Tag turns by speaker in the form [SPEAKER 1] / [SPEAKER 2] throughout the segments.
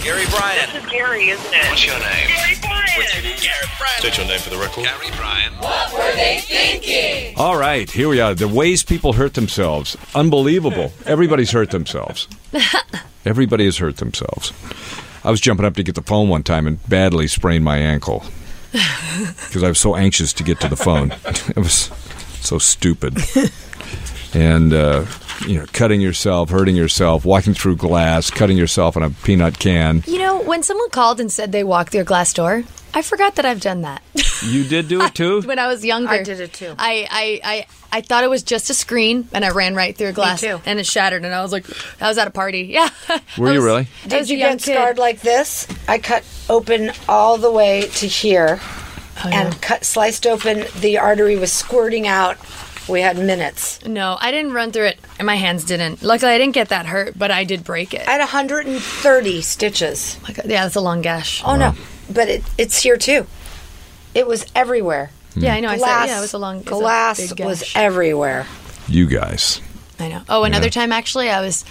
[SPEAKER 1] Gary Bryan.
[SPEAKER 2] This is Gary, isn't it?
[SPEAKER 1] What's your name?
[SPEAKER 2] Gary Bryan.
[SPEAKER 1] Gary Bryan.
[SPEAKER 3] State your name for the record.
[SPEAKER 1] Gary Bryan.
[SPEAKER 4] All right, here we are. The ways people hurt themselves. Unbelievable. Everybody's hurt themselves. Everybody has hurt themselves. I was jumping up to get the phone one time and badly sprained my ankle because I was so anxious to get to the phone. it was so stupid. And, uh, you know, cutting yourself, hurting yourself, walking through glass, cutting yourself on a peanut can.
[SPEAKER 5] You know, when someone called and said they walked through a glass door, I forgot that I've done that
[SPEAKER 4] You did do it too?
[SPEAKER 5] when I was younger.
[SPEAKER 6] I did it too.
[SPEAKER 5] I, I, I, I thought it was just a screen, and I ran right through a glass,
[SPEAKER 6] too.
[SPEAKER 5] and it shattered. And I was like, I was at a party. Yeah.
[SPEAKER 4] Were
[SPEAKER 5] I
[SPEAKER 4] you
[SPEAKER 5] was-
[SPEAKER 4] really?
[SPEAKER 5] I
[SPEAKER 6] Did
[SPEAKER 5] was a
[SPEAKER 6] you
[SPEAKER 5] young
[SPEAKER 6] get
[SPEAKER 5] kid.
[SPEAKER 6] scarred like this? I cut open all the way to here,
[SPEAKER 5] Oh,
[SPEAKER 6] and cut sliced open. The artery was squirting out. We had minutes.
[SPEAKER 5] No, I didn't run through it, and my hands didn't. Luckily, I didn't get that hurt, but I did break it.
[SPEAKER 6] I had 130 stitches.
[SPEAKER 5] Oh my God. Yeah, that's a long gash.
[SPEAKER 6] Oh no! But it, it's here too. It was everywhere.
[SPEAKER 5] Yeah, I know. I
[SPEAKER 6] Glass.
[SPEAKER 5] said, yeah, it was a long it was a
[SPEAKER 6] glass
[SPEAKER 5] big
[SPEAKER 6] was
[SPEAKER 5] gash.
[SPEAKER 6] everywhere.
[SPEAKER 4] You guys.
[SPEAKER 5] I know. Oh, another
[SPEAKER 4] Yeah.
[SPEAKER 5] time actually, I was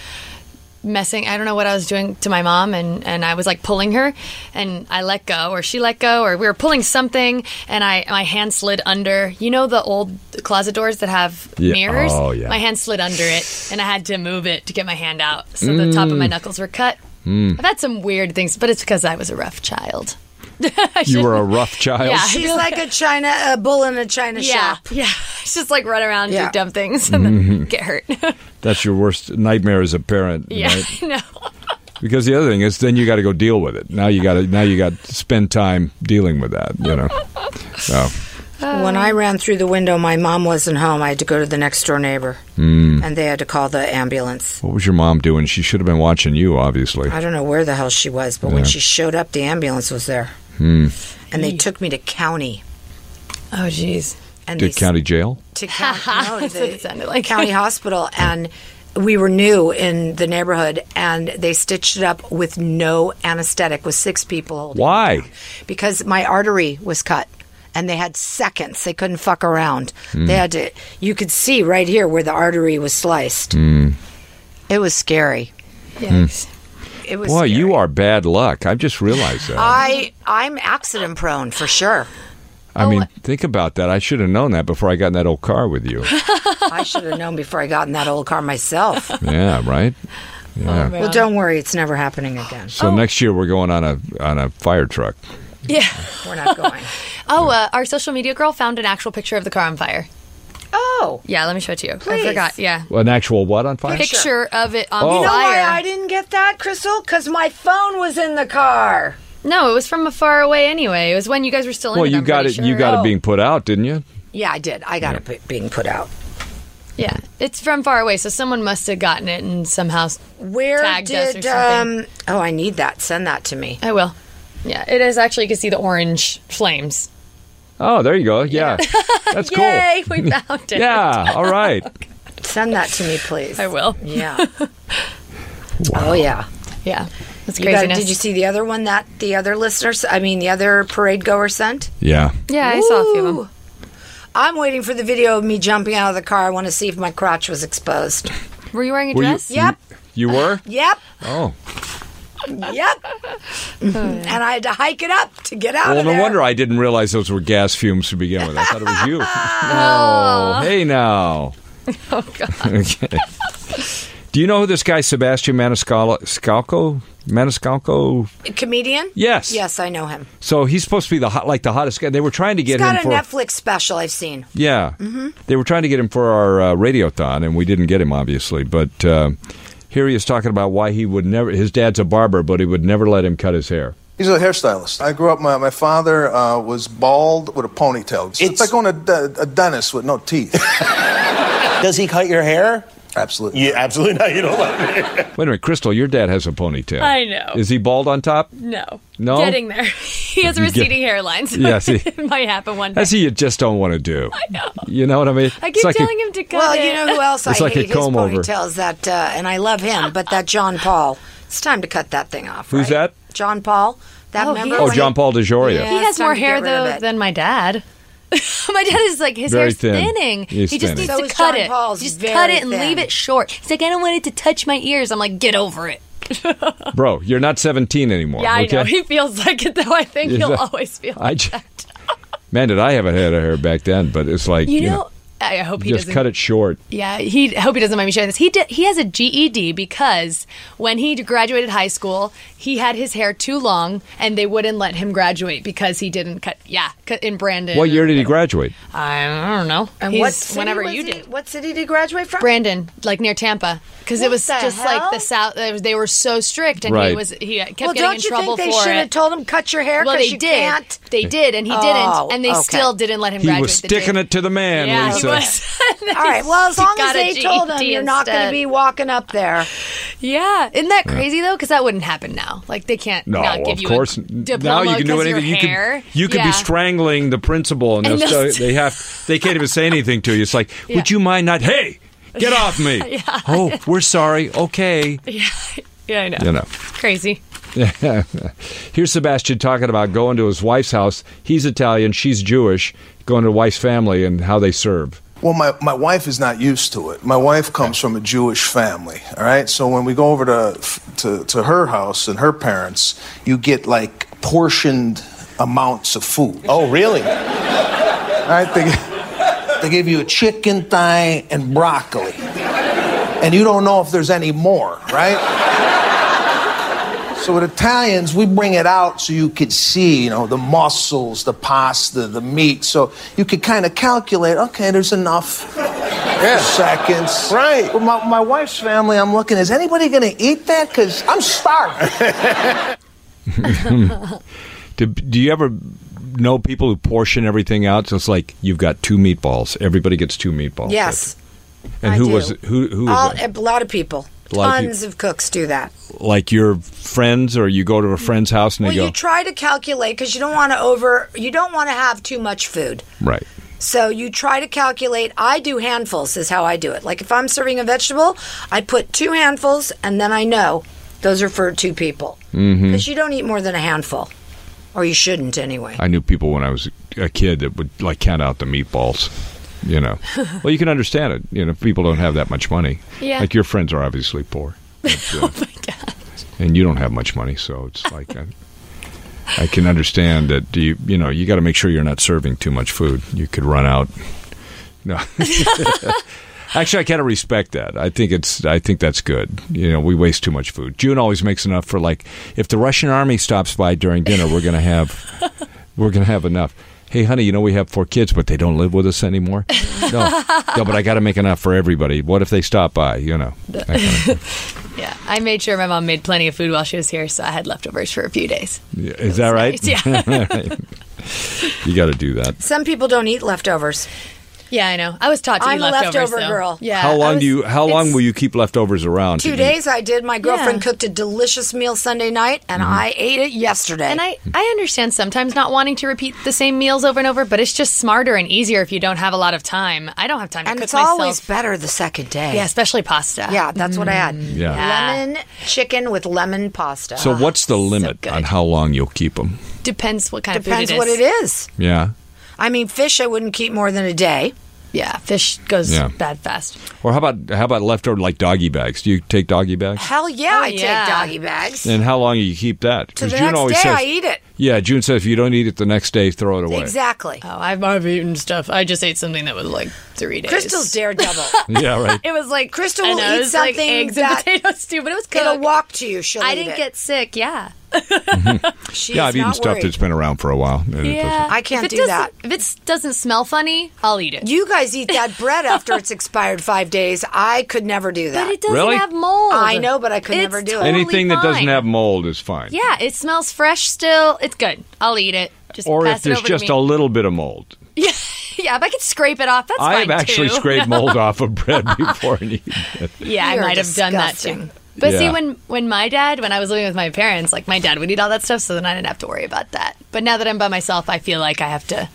[SPEAKER 5] messing. I don't know what I was doing to my mom, and and I was like pulling her, and I let go, or she let go, or we were pulling something, and I my hand slid under. You know the old closet doors that have
[SPEAKER 4] Yeah.
[SPEAKER 5] mirrors.
[SPEAKER 4] Oh, yeah.
[SPEAKER 5] My hand slid under it, and I had to move it to get my hand out, so the top
[SPEAKER 4] Mm.
[SPEAKER 5] of my knuckles were cut.
[SPEAKER 4] Hmm.
[SPEAKER 5] I've had some weird things, but it's because I was a rough child.
[SPEAKER 4] You were a rough child.
[SPEAKER 5] Yeah.
[SPEAKER 6] She's like a china, a bull in a china
[SPEAKER 5] Yeah,
[SPEAKER 6] shop.
[SPEAKER 5] yeah. Just like run around,
[SPEAKER 6] Yeah.
[SPEAKER 5] do dumb things, and
[SPEAKER 4] Mm-hmm.
[SPEAKER 5] then get hurt.
[SPEAKER 4] That's your worst nightmare as a parent.
[SPEAKER 5] yeah,
[SPEAKER 4] right?
[SPEAKER 5] I know.
[SPEAKER 4] Because the other thing is, then you got to go deal with it. Now you got to now you got to spend time dealing with that. You know, Uh, so
[SPEAKER 5] Oh,
[SPEAKER 6] When I ran through the window, my mom wasn't home. I had to go to the next door neighbor, and they had to call the ambulance.
[SPEAKER 4] what was your mom doing? She should have been watching you, obviously.
[SPEAKER 6] I don't know where the hell she was, but when
[SPEAKER 4] Yeah. Hmm.
[SPEAKER 6] she showed up, the ambulance was there, and
[SPEAKER 5] Hmm.
[SPEAKER 6] they took me to county.
[SPEAKER 5] Oh, jeez.
[SPEAKER 6] And
[SPEAKER 4] Did
[SPEAKER 6] they,
[SPEAKER 4] county jail?
[SPEAKER 6] to county, no, to
[SPEAKER 5] That's what it sounded like.
[SPEAKER 6] county hospital, and we were new in the neighborhood, and they stitched it up with no anesthetic, with six people holding. me
[SPEAKER 4] Why?
[SPEAKER 6] down. Because my artery was cut. And they had seconds. They couldn't fuck around.
[SPEAKER 4] Hmm.
[SPEAKER 6] They had to. You could see right here where the artery was sliced.
[SPEAKER 4] Hmm.
[SPEAKER 6] It was scary.
[SPEAKER 5] Yikes.
[SPEAKER 6] It was.
[SPEAKER 4] Boy, you
[SPEAKER 6] scary. Uh,
[SPEAKER 4] are bad luck. I've just realized that.
[SPEAKER 6] I I'm accident prone for sure.
[SPEAKER 4] I mean, think about that. I should have known that before I got in that old car with you.
[SPEAKER 6] I should have known before I got in that old car myself.
[SPEAKER 4] yeah, right.
[SPEAKER 5] Oh,
[SPEAKER 6] Well, don't worry, it's never happening again.
[SPEAKER 4] So next year we're going on a on a fire truck.
[SPEAKER 5] Yeah.
[SPEAKER 6] We're not going.
[SPEAKER 5] Oh, uh, our social media girl found an actual picture of the car on fire.
[SPEAKER 6] Oh,
[SPEAKER 5] Yeah, let me show it to you.
[SPEAKER 6] Please.
[SPEAKER 5] I forgot. Yeah.
[SPEAKER 4] An actual what on fire?
[SPEAKER 5] Picture of it on
[SPEAKER 4] Oh. You know
[SPEAKER 6] why
[SPEAKER 5] fire.
[SPEAKER 6] I didn't get that, Crystal? Because my phone was in the car.
[SPEAKER 5] no, it was from afar away anyway. It was when you guys were still in
[SPEAKER 4] Well,
[SPEAKER 5] it,
[SPEAKER 4] you
[SPEAKER 5] I'm
[SPEAKER 4] got it.
[SPEAKER 5] pretty
[SPEAKER 4] You
[SPEAKER 5] sure.
[SPEAKER 4] got
[SPEAKER 6] Oh.
[SPEAKER 4] it being put out, didn't you?
[SPEAKER 6] Yeah, I did. I got it p- being put out.
[SPEAKER 5] Oh, Yeah. It's from far away, so someone must have gotten it and somehow.
[SPEAKER 6] Where
[SPEAKER 5] Tagged us or
[SPEAKER 6] did
[SPEAKER 5] something.
[SPEAKER 6] um? Oh, I need that. Send that to me.
[SPEAKER 5] I will. Yeah, it is actually, you can see the orange flames.
[SPEAKER 4] Oh, there you go. Yeah, that's cool.
[SPEAKER 5] Yay, we found it.
[SPEAKER 4] Yeah. All right.
[SPEAKER 6] Send that to me, please.
[SPEAKER 5] I will.
[SPEAKER 6] Yeah. Oh yeah.
[SPEAKER 5] Yeah. That's
[SPEAKER 6] You got-
[SPEAKER 5] craziness.
[SPEAKER 6] did you see the other one that the other listeners? I mean, the other parade goer sent.
[SPEAKER 4] Yeah.
[SPEAKER 5] Yeah, I saw a few of them.
[SPEAKER 6] I'm waiting for the video of me jumping out of the car. I want to see if my crotch was exposed.
[SPEAKER 5] Were you wearing a
[SPEAKER 4] Were you-
[SPEAKER 5] dress?
[SPEAKER 6] Yep.
[SPEAKER 4] You were?
[SPEAKER 6] Yep.
[SPEAKER 4] Oh.
[SPEAKER 6] Yep.
[SPEAKER 5] Oh,
[SPEAKER 6] Mm-hmm. And I had to hike it up to get out
[SPEAKER 4] Well,
[SPEAKER 6] of
[SPEAKER 4] no
[SPEAKER 6] there.
[SPEAKER 4] wonder I didn't realize those were gas fumes to begin with. I thought it was you. oh, hey now. Oh God. okay. Do you know who this guy Sebastian Maniscalco? Scalco? Maniscalco?
[SPEAKER 6] Comedian?
[SPEAKER 4] Yes.
[SPEAKER 6] Yes, I know him.
[SPEAKER 4] So he's supposed to be the hot, like the hottest guy. They were trying to get
[SPEAKER 6] He's got
[SPEAKER 4] him
[SPEAKER 6] a
[SPEAKER 4] for
[SPEAKER 6] Netflix special I've seen.
[SPEAKER 4] yeah. Mm-hmm. They were trying to get him for our uh, radiothon, and we didn't get him obviously. But uh, here he is talking about why he would never. His dad's a barber, but he would never let him cut his hair.
[SPEAKER 7] He's a hairstylist. I grew up. My, my father uh, was bald with a ponytail. It's,
[SPEAKER 8] It's-
[SPEAKER 7] like going to de- a dentist with no teeth.
[SPEAKER 8] Does he cut your hair?
[SPEAKER 7] Absolutely.
[SPEAKER 3] Yeah, absolutely not. You don't like me.
[SPEAKER 4] Wait a minute, Crystal, your dad has a ponytail.
[SPEAKER 5] I know.
[SPEAKER 4] Is he bald on top?
[SPEAKER 5] No.
[SPEAKER 4] No?
[SPEAKER 5] Getting there. he has a
[SPEAKER 4] You get-
[SPEAKER 5] receding hairline, so
[SPEAKER 4] Yes, he-
[SPEAKER 5] it might happen one day.
[SPEAKER 4] That's what you just don't want to do. I
[SPEAKER 5] know.
[SPEAKER 4] You know what I mean?
[SPEAKER 5] I
[SPEAKER 4] It's
[SPEAKER 5] keep
[SPEAKER 4] like a-
[SPEAKER 5] telling him to cut
[SPEAKER 6] Well,
[SPEAKER 5] it.
[SPEAKER 6] you know who else
[SPEAKER 4] It's
[SPEAKER 6] I
[SPEAKER 4] like a
[SPEAKER 6] hate his
[SPEAKER 4] comb over.
[SPEAKER 6] ponytail is that, uh, and I love him, but that John Paul. It's time to cut that thing off.
[SPEAKER 4] Who's
[SPEAKER 6] right?
[SPEAKER 4] that?
[SPEAKER 6] John Paul. That
[SPEAKER 5] Oh,
[SPEAKER 6] member.
[SPEAKER 5] he-
[SPEAKER 4] Oh, John Paul DeJoria.
[SPEAKER 6] Yeah.
[SPEAKER 5] He
[SPEAKER 6] it's
[SPEAKER 5] has
[SPEAKER 6] time
[SPEAKER 5] more
[SPEAKER 6] to
[SPEAKER 5] hair
[SPEAKER 6] get rid of
[SPEAKER 5] though
[SPEAKER 6] it.
[SPEAKER 5] than my dad. my dad is like his
[SPEAKER 4] Very
[SPEAKER 5] hair's
[SPEAKER 4] thin.
[SPEAKER 5] thinning.
[SPEAKER 4] He's
[SPEAKER 5] he just
[SPEAKER 4] thinning.
[SPEAKER 5] needs
[SPEAKER 6] So
[SPEAKER 5] to
[SPEAKER 6] is
[SPEAKER 5] cut
[SPEAKER 6] John
[SPEAKER 5] it.
[SPEAKER 6] Paul's
[SPEAKER 5] just
[SPEAKER 6] very
[SPEAKER 5] cut it and
[SPEAKER 6] thin.
[SPEAKER 5] leave it short. He's like, I don't want it to touch my ears. I'm like, get over it.
[SPEAKER 4] Bro, you're not 17 anymore.
[SPEAKER 5] Yeah, I
[SPEAKER 4] okay?
[SPEAKER 5] know. He feels like it though. I think
[SPEAKER 4] Is
[SPEAKER 5] he'll
[SPEAKER 4] that-
[SPEAKER 5] always feel
[SPEAKER 4] I
[SPEAKER 5] like
[SPEAKER 4] ju-
[SPEAKER 5] that.
[SPEAKER 4] Man, did I have a head of hair back then, but it's like,
[SPEAKER 5] You know, I hope he
[SPEAKER 4] just
[SPEAKER 5] doesn't.
[SPEAKER 4] cut it short.
[SPEAKER 5] Yeah, he I hope he doesn't mind me sharing this. He did, he has a GED because when he graduated high school, he had his hair too long, and they wouldn't let him graduate because he didn't cut. Yeah, cut in Brandon.
[SPEAKER 4] What year did he graduate?
[SPEAKER 5] I, I don't know.
[SPEAKER 6] And
[SPEAKER 5] He's-
[SPEAKER 6] what city
[SPEAKER 5] whenever
[SPEAKER 6] was
[SPEAKER 5] you
[SPEAKER 6] he-
[SPEAKER 5] did.
[SPEAKER 6] What city did he graduate from?
[SPEAKER 5] Brandon, like near Tampa, because it
[SPEAKER 6] What
[SPEAKER 5] was
[SPEAKER 6] the
[SPEAKER 5] just like
[SPEAKER 6] hell?
[SPEAKER 5] the South. They were- they were so strict, and he
[SPEAKER 4] Right.
[SPEAKER 5] was he kept
[SPEAKER 6] well,
[SPEAKER 5] getting
[SPEAKER 6] don't
[SPEAKER 5] in
[SPEAKER 6] you
[SPEAKER 5] trouble
[SPEAKER 6] think they
[SPEAKER 5] for
[SPEAKER 6] should have
[SPEAKER 5] it.
[SPEAKER 6] told him cut your hair?
[SPEAKER 5] well,
[SPEAKER 6] 'cause
[SPEAKER 5] they
[SPEAKER 6] you
[SPEAKER 5] did.
[SPEAKER 6] Can't.
[SPEAKER 5] They did, and he
[SPEAKER 6] Oh,
[SPEAKER 5] didn't, and they
[SPEAKER 6] okay.
[SPEAKER 5] still didn't let him.
[SPEAKER 4] He
[SPEAKER 5] graduate
[SPEAKER 4] was
[SPEAKER 5] the day-
[SPEAKER 4] sticking it to the man.
[SPEAKER 5] Yeah,
[SPEAKER 4] Lisa.
[SPEAKER 5] he was.
[SPEAKER 6] All right. Well, as
[SPEAKER 5] He
[SPEAKER 6] long as
[SPEAKER 5] got a
[SPEAKER 6] they told him
[SPEAKER 5] GED
[SPEAKER 6] you're not going to
[SPEAKER 5] instead.
[SPEAKER 6] be walking up there.
[SPEAKER 5] Yeah, isn't that crazy though? Because that wouldn't happen now. Like they can't
[SPEAKER 4] No,
[SPEAKER 5] not give
[SPEAKER 4] of
[SPEAKER 5] you
[SPEAKER 4] course.
[SPEAKER 5] a
[SPEAKER 4] now
[SPEAKER 5] diploma
[SPEAKER 4] you can do
[SPEAKER 5] 'cause of your
[SPEAKER 4] anything. You
[SPEAKER 5] hair.
[SPEAKER 4] can you can
[SPEAKER 5] Yeah.
[SPEAKER 4] be strangling the principal, and,
[SPEAKER 5] And
[SPEAKER 4] they'll
[SPEAKER 5] they'll
[SPEAKER 4] still- they have they can't even say anything to you. It's like, would you mind not? Hey, get off me! Oh, we're sorry. Okay,
[SPEAKER 5] Yeah, I know.
[SPEAKER 4] you know.
[SPEAKER 5] Crazy.
[SPEAKER 4] Here's Sebastian talking about going to his wife's house. He's Italian, she's Jewish. Going to wife's family and how they serve.
[SPEAKER 7] Well, my, my wife is not used to it. My wife comes from a Jewish family, all right? So when we go over to, to, to her house and her parents, you get like portioned amounts of food.
[SPEAKER 3] Oh, really?
[SPEAKER 7] All right, they, they give you a chicken thigh and broccoli. And you don't know if there's any more, right? So with Italians, we bring it out so you could see, you know, the muscles, the pasta, the meat. So you could kind of calculate, okay, there's enough seconds.
[SPEAKER 3] Right.
[SPEAKER 7] But my, my wife's family, I'm looking, is anybody going to eat that? Because I'm starving.
[SPEAKER 4] Do, do you ever know people who portion everything out? So it's like you've got two meatballs. Everybody gets two meatballs.
[SPEAKER 6] Yes.
[SPEAKER 4] And
[SPEAKER 6] I
[SPEAKER 4] who
[SPEAKER 6] do.
[SPEAKER 4] was who? Who was
[SPEAKER 6] All,
[SPEAKER 4] that?
[SPEAKER 6] a lot of people.
[SPEAKER 4] Mm-hmm. A lot of
[SPEAKER 6] Tons of cooks do that.
[SPEAKER 4] like your friends or you go to a friend's house and
[SPEAKER 6] Well,
[SPEAKER 4] they go
[SPEAKER 6] you try to calculate because you don't want to over. You don't want to have too much food.
[SPEAKER 4] right
[SPEAKER 6] So you try to calculate. I do handfuls is how I do it. Like if I'm serving a vegetable, I put two handfuls, and then I know those are for two people because
[SPEAKER 4] Mm-hmm.
[SPEAKER 6] you don't eat more than a handful, or you shouldn't anyway.
[SPEAKER 4] i knew people when i was a kid that would like count out the meatballs you know well you can understand it you know people don't have that much money
[SPEAKER 5] Yeah.
[SPEAKER 4] like your friends are obviously poor oh my god and you don't have much money so it's like I, I can understand that do you you know you got to make sure you're not serving too much food you could run out no Actually, I kind of respect that. I think it's. I think that's good. You know, we waste too much food. June always makes enough for like if the Russian army stops by during dinner, we're gonna have we're gonna have enough. Hey, honey, you know we have four kids, but they don't live with us anymore. No, no, but I got to make enough for everybody. What if they stop by? You know, that kind of thing.
[SPEAKER 5] Yeah, I made sure my mom made plenty of food while she was here, so I had leftovers for a few days.
[SPEAKER 4] Yeah, is that right?
[SPEAKER 5] Yeah,
[SPEAKER 4] You got to do that.
[SPEAKER 6] Some people don't eat leftovers.
[SPEAKER 5] yeah, I know. I was taught to
[SPEAKER 6] I'm
[SPEAKER 5] eat
[SPEAKER 6] a
[SPEAKER 5] leftovers.
[SPEAKER 6] leftover
[SPEAKER 5] though.
[SPEAKER 6] girl.
[SPEAKER 5] Yeah.
[SPEAKER 4] how
[SPEAKER 5] I
[SPEAKER 4] long
[SPEAKER 5] was-
[SPEAKER 4] do you? How long
[SPEAKER 5] it's-
[SPEAKER 4] will you keep leftovers around? to
[SPEAKER 6] Two
[SPEAKER 4] eat?
[SPEAKER 6] days I did. My girlfriend
[SPEAKER 5] Yeah. Mm-hmm.
[SPEAKER 6] cooked a delicious meal Sunday night, and I ate it yesterday.
[SPEAKER 5] And I, I understand sometimes not wanting to repeat the same meals over and over, but it's just smarter and easier if you don't have a lot of time. I don't have time to
[SPEAKER 6] And
[SPEAKER 5] cook
[SPEAKER 6] it's
[SPEAKER 5] myself.
[SPEAKER 6] always better the second day.
[SPEAKER 5] yeah, especially pasta.
[SPEAKER 6] Yeah, that's what I had.
[SPEAKER 5] Mm.
[SPEAKER 4] Yeah.
[SPEAKER 6] Lemon chicken with lemon pasta.
[SPEAKER 4] So what's
[SPEAKER 6] Ah,
[SPEAKER 4] the limit
[SPEAKER 5] good.
[SPEAKER 4] on how long you'll keep them?
[SPEAKER 5] Depends what kind
[SPEAKER 6] Depends
[SPEAKER 5] of food
[SPEAKER 6] what it is.
[SPEAKER 4] Yeah.
[SPEAKER 6] I mean, fish I wouldn't keep more than a day.
[SPEAKER 5] Yeah, fish goes
[SPEAKER 4] Yeah.
[SPEAKER 5] bad fast.
[SPEAKER 4] Or how about how about leftover like doggy bags? Do you take doggy bags?
[SPEAKER 6] Hell yeah,
[SPEAKER 5] Oh,
[SPEAKER 6] I
[SPEAKER 5] yeah.
[SPEAKER 6] take doggy bags.
[SPEAKER 4] And how long do you keep that?
[SPEAKER 6] to
[SPEAKER 4] Because
[SPEAKER 6] the next day, I eat it.
[SPEAKER 4] Yeah, June says if you don't eat it the next day, throw it away.
[SPEAKER 6] Exactly.
[SPEAKER 5] Oh, I've, I've eaten stuff. I just ate something that was like three days.
[SPEAKER 6] Crystal's daredevil.
[SPEAKER 4] Yeah, right.
[SPEAKER 5] It was like
[SPEAKER 6] Crystal
[SPEAKER 5] I
[SPEAKER 6] will
[SPEAKER 5] know,
[SPEAKER 6] eat
[SPEAKER 5] it was like
[SPEAKER 6] something
[SPEAKER 5] eggs
[SPEAKER 6] that-
[SPEAKER 5] and potato stew, but it was cooked.
[SPEAKER 6] It'll walk to you. She'll
[SPEAKER 5] I
[SPEAKER 6] eat
[SPEAKER 5] didn't
[SPEAKER 6] it.
[SPEAKER 5] get sick. Yeah,
[SPEAKER 6] She's
[SPEAKER 4] yeah, I've eaten
[SPEAKER 6] not
[SPEAKER 4] stuff
[SPEAKER 6] worried.
[SPEAKER 4] that's been around for a while. and it doesn't-
[SPEAKER 6] I can't
[SPEAKER 5] If it
[SPEAKER 6] do
[SPEAKER 5] doesn't-
[SPEAKER 6] that.
[SPEAKER 5] If it doesn't smell funny, I'll eat it.
[SPEAKER 6] You guys eat that bread after it's expired five days. I could never do that.
[SPEAKER 5] but it doesn't
[SPEAKER 4] Really?
[SPEAKER 5] have mold.
[SPEAKER 6] I know, but I could
[SPEAKER 5] It's
[SPEAKER 6] never do it.
[SPEAKER 5] totally
[SPEAKER 4] Anything that doesn't
[SPEAKER 5] fine.
[SPEAKER 4] have mold is fine.
[SPEAKER 5] Yeah, it smells fresh still. It's good. I'll eat it. Just
[SPEAKER 4] Or if
[SPEAKER 5] pass it
[SPEAKER 4] there's
[SPEAKER 5] over
[SPEAKER 4] just
[SPEAKER 5] to
[SPEAKER 4] a
[SPEAKER 5] me.
[SPEAKER 4] little bit of mold.
[SPEAKER 5] yeah, yeah, if I could scrape it off, that's
[SPEAKER 4] I have
[SPEAKER 5] fine
[SPEAKER 4] actually
[SPEAKER 5] too.
[SPEAKER 4] scraped mold off of bread before and eaten it.
[SPEAKER 5] Yeah, I
[SPEAKER 6] You're
[SPEAKER 5] might have done that
[SPEAKER 6] disgusting.
[SPEAKER 5] too. But see,
[SPEAKER 4] Yeah.
[SPEAKER 5] when when my dad, when I was living with my parents, like my dad would eat all that stuff, so then I didn't have to worry about that. But now that I'm by myself, I feel like I have to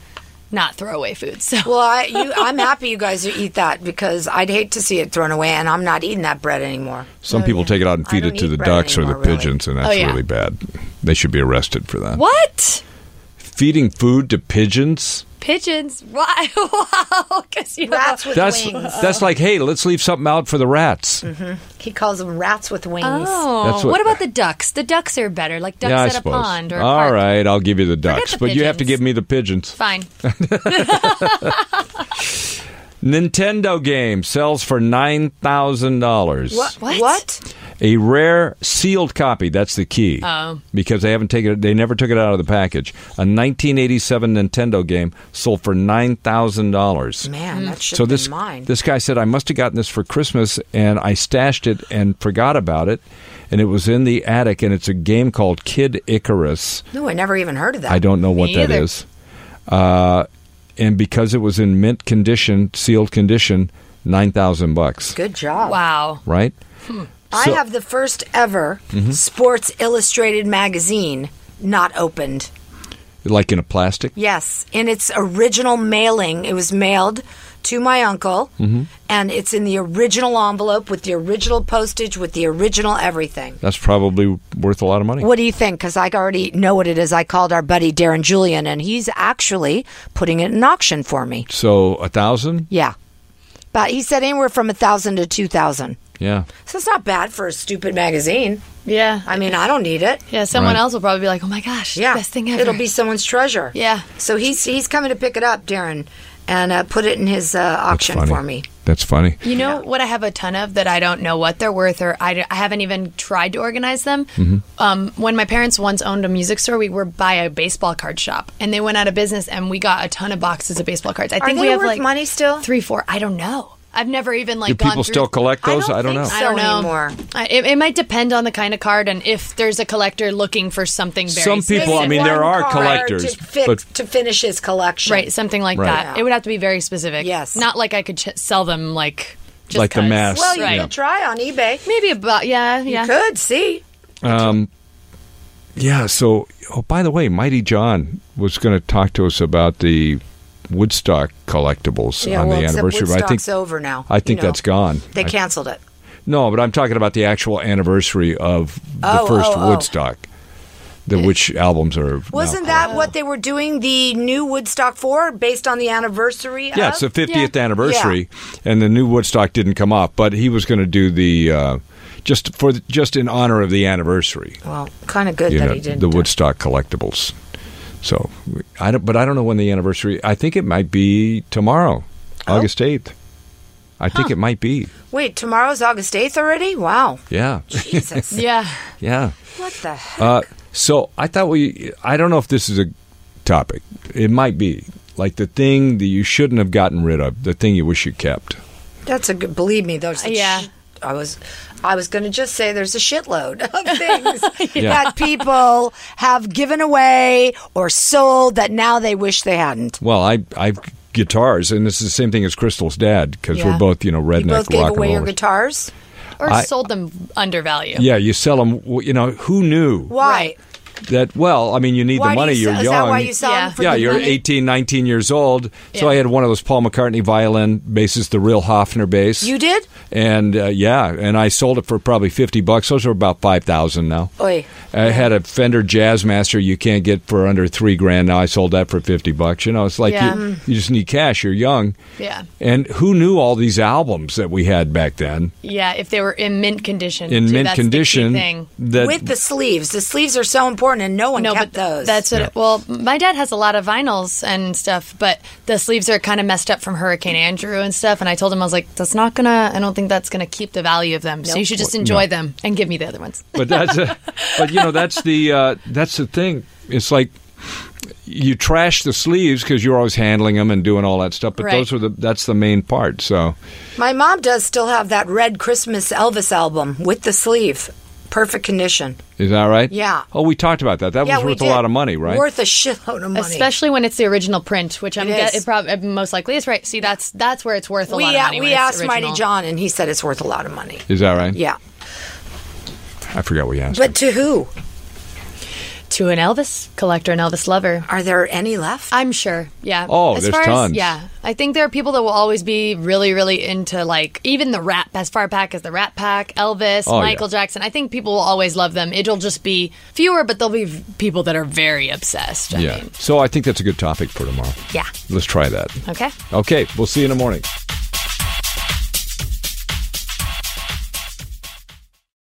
[SPEAKER 5] not throw away food. So
[SPEAKER 6] Well, I, you, I'm happy you guys eat that because I'd hate to see it thrown away, and I'm not eating that bread anymore.
[SPEAKER 4] Some people take it out and
[SPEAKER 6] I
[SPEAKER 4] feed
[SPEAKER 6] don't
[SPEAKER 4] it to
[SPEAKER 6] eat
[SPEAKER 4] the
[SPEAKER 6] bread
[SPEAKER 4] ducks or the
[SPEAKER 6] anymore, really.
[SPEAKER 4] pigeons, and that's
[SPEAKER 5] Oh, yeah.
[SPEAKER 4] really bad. They should be arrested for that.
[SPEAKER 5] what
[SPEAKER 4] Feeding food to pigeons?
[SPEAKER 5] pigeons? Why? wow, because you know
[SPEAKER 6] Rats with
[SPEAKER 4] That's
[SPEAKER 6] wings.
[SPEAKER 4] that's like, hey, let's leave something out for the rats.
[SPEAKER 5] Mm-hmm.
[SPEAKER 6] He calls them rats with wings.
[SPEAKER 5] Oh,
[SPEAKER 4] That's
[SPEAKER 5] what,
[SPEAKER 4] what-
[SPEAKER 5] about the ducks? The ducks are better, like ducks
[SPEAKER 4] yeah, I
[SPEAKER 5] at a
[SPEAKER 4] suppose.
[SPEAKER 5] pond or a
[SPEAKER 4] All
[SPEAKER 5] park.
[SPEAKER 4] right, I'll give you the ducks,
[SPEAKER 5] the
[SPEAKER 4] but you have to
[SPEAKER 5] pigeons.
[SPEAKER 4] give me the pigeons.
[SPEAKER 5] Fine.
[SPEAKER 4] Nintendo game sells for nine thousand dollars.
[SPEAKER 5] What?
[SPEAKER 6] What?
[SPEAKER 4] A rare sealed copy. That's the key.
[SPEAKER 5] Oh.
[SPEAKER 4] Because they haven't taken it. They never took it out of the package. A 1987 Nintendo game sold for nine thousand dollars.
[SPEAKER 6] Man, that should
[SPEAKER 4] So
[SPEAKER 6] have
[SPEAKER 4] this
[SPEAKER 6] been mine.
[SPEAKER 4] this guy said I must have gotten this for Christmas and I stashed it and forgot about it, and it was in the attic. And it's a game called Kid Icarus.
[SPEAKER 6] no, I never even heard of that.
[SPEAKER 4] I don't know what
[SPEAKER 5] Me
[SPEAKER 4] that
[SPEAKER 5] either.
[SPEAKER 4] is. Uh, and because it was in mint condition, sealed condition, nine thousand bucks.
[SPEAKER 6] Good job.
[SPEAKER 5] Wow.
[SPEAKER 4] Right?
[SPEAKER 6] I
[SPEAKER 4] So- Mm-hmm.
[SPEAKER 6] have the first ever Sports Illustrated magazine not opened.
[SPEAKER 4] Like in a plastic.
[SPEAKER 6] Yes, in its original mailing, it was mailed to my uncle,
[SPEAKER 4] Mm-hmm.
[SPEAKER 6] and it's in the original envelope with the original postage, with the original everything.
[SPEAKER 4] That's probably worth a lot of money.
[SPEAKER 6] What do you think? Because I already know what it is. I called our buddy Darren Julian, and he's actually putting it in auction for me.
[SPEAKER 4] So a thousand?
[SPEAKER 6] Yeah, but he said anywhere from a thousand to two thousand.
[SPEAKER 4] Yeah.
[SPEAKER 6] So it's not bad for a stupid magazine.
[SPEAKER 5] Yeah.
[SPEAKER 6] I mean, I don't need it.
[SPEAKER 5] yeah. Someone
[SPEAKER 4] Right.
[SPEAKER 5] else will probably be like, "Oh my gosh,
[SPEAKER 6] Yeah,
[SPEAKER 5] best thing ever."
[SPEAKER 6] It'll be someone's treasure.
[SPEAKER 5] Yeah.
[SPEAKER 6] So he's he's coming to pick it up, Darren, and uh, put it in his uh, auction
[SPEAKER 4] funny.
[SPEAKER 6] for me.
[SPEAKER 4] That's funny.
[SPEAKER 5] You know what I have a ton of that I don't know what they're worth or I, I haven't even tried to organize them.
[SPEAKER 4] Mm-hmm.
[SPEAKER 5] Um, when my parents once owned a music store, we were by a baseball card shop and they went out of business and we got a ton of boxes of baseball cards. I think
[SPEAKER 6] they
[SPEAKER 5] we have
[SPEAKER 6] worth
[SPEAKER 5] like
[SPEAKER 6] money still?
[SPEAKER 5] Three, four. I don't know. I've never even like
[SPEAKER 4] Do
[SPEAKER 5] gone
[SPEAKER 4] people
[SPEAKER 5] through-
[SPEAKER 4] still collect
[SPEAKER 6] I
[SPEAKER 4] those?
[SPEAKER 6] don't
[SPEAKER 4] I don't,
[SPEAKER 6] think
[SPEAKER 4] know.
[SPEAKER 5] I don't
[SPEAKER 6] so
[SPEAKER 5] know.
[SPEAKER 6] anymore.
[SPEAKER 5] I, it, it might depend on the kind of card and if there's a collector looking for something very
[SPEAKER 4] Some people- I
[SPEAKER 5] specific.
[SPEAKER 4] mean, there
[SPEAKER 6] One
[SPEAKER 4] are
[SPEAKER 6] car
[SPEAKER 4] collectors,
[SPEAKER 6] to, fix,
[SPEAKER 4] but-
[SPEAKER 6] to finish his collection.
[SPEAKER 5] right something like
[SPEAKER 4] Right.
[SPEAKER 5] that.
[SPEAKER 6] Yeah.
[SPEAKER 5] It would have to be very specific.
[SPEAKER 6] Yes.
[SPEAKER 5] not like I could ch- sell them like just
[SPEAKER 4] Like the
[SPEAKER 5] 'cause.
[SPEAKER 4] mass,
[SPEAKER 6] Well, you
[SPEAKER 4] Right.
[SPEAKER 6] could try on eBay.
[SPEAKER 5] maybe about yeah yeah.
[SPEAKER 6] Could see.
[SPEAKER 4] Yeah. So, oh, by the way, Mighty John was going to talk to us about the Woodstock collectibles
[SPEAKER 6] Yeah,
[SPEAKER 4] on
[SPEAKER 6] well,
[SPEAKER 4] the
[SPEAKER 6] except
[SPEAKER 4] anniversary. but I think
[SPEAKER 6] Woodstock's over now,
[SPEAKER 4] I think
[SPEAKER 6] you know.
[SPEAKER 4] that's gone.
[SPEAKER 6] They
[SPEAKER 4] I-
[SPEAKER 6] canceled it.
[SPEAKER 4] no, but I'm talking about the actual anniversary of the
[SPEAKER 6] Oh,
[SPEAKER 4] first
[SPEAKER 6] oh, oh.
[SPEAKER 4] Woodstock. The which albums are
[SPEAKER 6] Wasn't
[SPEAKER 4] now-
[SPEAKER 6] that what they were doing the new Woodstock for based on the anniversary?
[SPEAKER 4] Yeah,
[SPEAKER 6] of?
[SPEAKER 4] it's the 50th anniversary, and the new Woodstock didn't come up, but he was going to do the uh, just for just in honor of the anniversary.
[SPEAKER 6] well, kind of good
[SPEAKER 4] you
[SPEAKER 6] that
[SPEAKER 4] know,
[SPEAKER 6] he didn't. uh,
[SPEAKER 4] the Woodstock collectibles. So, I don't, but I don't know when the anniversary. I think it might be tomorrow,
[SPEAKER 6] Oh.
[SPEAKER 4] August eighth. I think it might be.
[SPEAKER 6] Wait, tomorrow's August eighth already? Wow,
[SPEAKER 4] Yeah,
[SPEAKER 6] Jesus,
[SPEAKER 5] Yeah,
[SPEAKER 4] yeah.
[SPEAKER 6] what the heck?
[SPEAKER 4] Uh, so I thought we. I don't know if this is a topic. It might be like the thing that you shouldn't have gotten rid of, the thing you wish you kept.
[SPEAKER 6] That's a good. Believe me, those.
[SPEAKER 5] Yeah.
[SPEAKER 6] I was, I was going to just say there's a shitload of things that people have given away or sold that now they wish they hadn't.
[SPEAKER 4] Well, I I've guitars, and this is the same thing as Crystal's dad because
[SPEAKER 5] Yeah.
[SPEAKER 4] we're both you know redneck
[SPEAKER 6] You both gave
[SPEAKER 4] rock and
[SPEAKER 6] away your
[SPEAKER 4] rollers.
[SPEAKER 6] guitars.
[SPEAKER 5] or
[SPEAKER 4] I-
[SPEAKER 5] sold them under value.
[SPEAKER 4] Yeah, you sell them. You know who knew
[SPEAKER 6] Why?
[SPEAKER 5] Right.
[SPEAKER 4] that? Well, I mean, you need
[SPEAKER 6] Why
[SPEAKER 4] the
[SPEAKER 6] do
[SPEAKER 4] money.
[SPEAKER 6] you
[SPEAKER 4] are
[SPEAKER 6] sell-
[SPEAKER 4] young.
[SPEAKER 6] Is that why you sell
[SPEAKER 5] Yeah.
[SPEAKER 6] them for
[SPEAKER 4] yeah,
[SPEAKER 6] the
[SPEAKER 4] you're
[SPEAKER 6] money?
[SPEAKER 4] 18, 19 years old. So
[SPEAKER 5] Yeah.
[SPEAKER 4] I had one of those Paul McCartney violin basses, the real Hofner bass.
[SPEAKER 6] You did?
[SPEAKER 4] and uh, yeah, and I sold it for probably fifty bucks. Those are about five thousand now.
[SPEAKER 6] Oy.
[SPEAKER 4] I had a Fender Jazzmaster you can't get for under three grand. Now I sold that for fifty bucks. You know, it's like
[SPEAKER 5] Yeah.
[SPEAKER 4] you, you just need cash. You're young.
[SPEAKER 5] Yeah.
[SPEAKER 4] And who knew all these albums that we had back then
[SPEAKER 5] Yeah, if they were in mint condition.
[SPEAKER 4] in
[SPEAKER 5] too,
[SPEAKER 4] mint
[SPEAKER 5] that's the key
[SPEAKER 4] condition?
[SPEAKER 5] thing.
[SPEAKER 4] That
[SPEAKER 6] With the sleeves. The sleeves are so important, and no one
[SPEAKER 5] No,
[SPEAKER 6] kept
[SPEAKER 5] but
[SPEAKER 6] those.
[SPEAKER 5] that's what.
[SPEAKER 4] Yeah.
[SPEAKER 5] well, my dad has a lot of vinyls and stuff, but the sleeves are kind of messed up from Hurricane Andrew and stuff. And I told him I was like, "That's not gonna. I don't think that's gonna keep the value of them. So you should just enjoy them and give me the other ones."
[SPEAKER 4] but that's a, but you know that's the uh, that's the thing. It's like you trash the sleeves because you're always handling them and doing all that stuff. But
[SPEAKER 5] Right.
[SPEAKER 4] those are the that's the main part. So
[SPEAKER 6] My mom does still have that red Christmas Elvis album with the sleeve. perfect condition.
[SPEAKER 4] Is that right?
[SPEAKER 6] Yeah.
[SPEAKER 4] Oh, we talked about that. That
[SPEAKER 6] yeah,
[SPEAKER 4] was
[SPEAKER 6] we
[SPEAKER 4] worth a
[SPEAKER 6] did.
[SPEAKER 4] lot of money, right?
[SPEAKER 6] Worth a shitload of money.
[SPEAKER 5] Especially when it's the original print, which I'm
[SPEAKER 6] It
[SPEAKER 5] get,
[SPEAKER 6] is.
[SPEAKER 5] it prob- it most likely is right. See, that's that's where it's worth a
[SPEAKER 6] we
[SPEAKER 5] lot of
[SPEAKER 6] a-
[SPEAKER 5] money. when
[SPEAKER 6] we
[SPEAKER 5] it's
[SPEAKER 6] asked Mighty
[SPEAKER 5] original.
[SPEAKER 6] John, and he said it's worth a lot of money.
[SPEAKER 4] Is that right?
[SPEAKER 6] Yeah,
[SPEAKER 4] I forgot what you asked.
[SPEAKER 6] but to who
[SPEAKER 5] to an Elvis collector, an Elvis lover.
[SPEAKER 6] are there any left?
[SPEAKER 5] I'm sure. Yeah.
[SPEAKER 4] Oh,
[SPEAKER 5] as
[SPEAKER 4] there's
[SPEAKER 5] far
[SPEAKER 4] tons.
[SPEAKER 5] As, yeah, I think there are people that will always be really, really into like even the rap as far back as the Rat Pack, Elvis,
[SPEAKER 4] Oh, yeah.
[SPEAKER 5] Michael Jackson. I think people will always love them. It'll just be fewer, but there'll be v- people that are very obsessed. I
[SPEAKER 4] yeah.
[SPEAKER 5] mean,
[SPEAKER 4] So I think that's a good topic for tomorrow.
[SPEAKER 5] yeah.
[SPEAKER 4] Let's try that.
[SPEAKER 5] Okay.
[SPEAKER 4] Okay. We'll see you in the morning.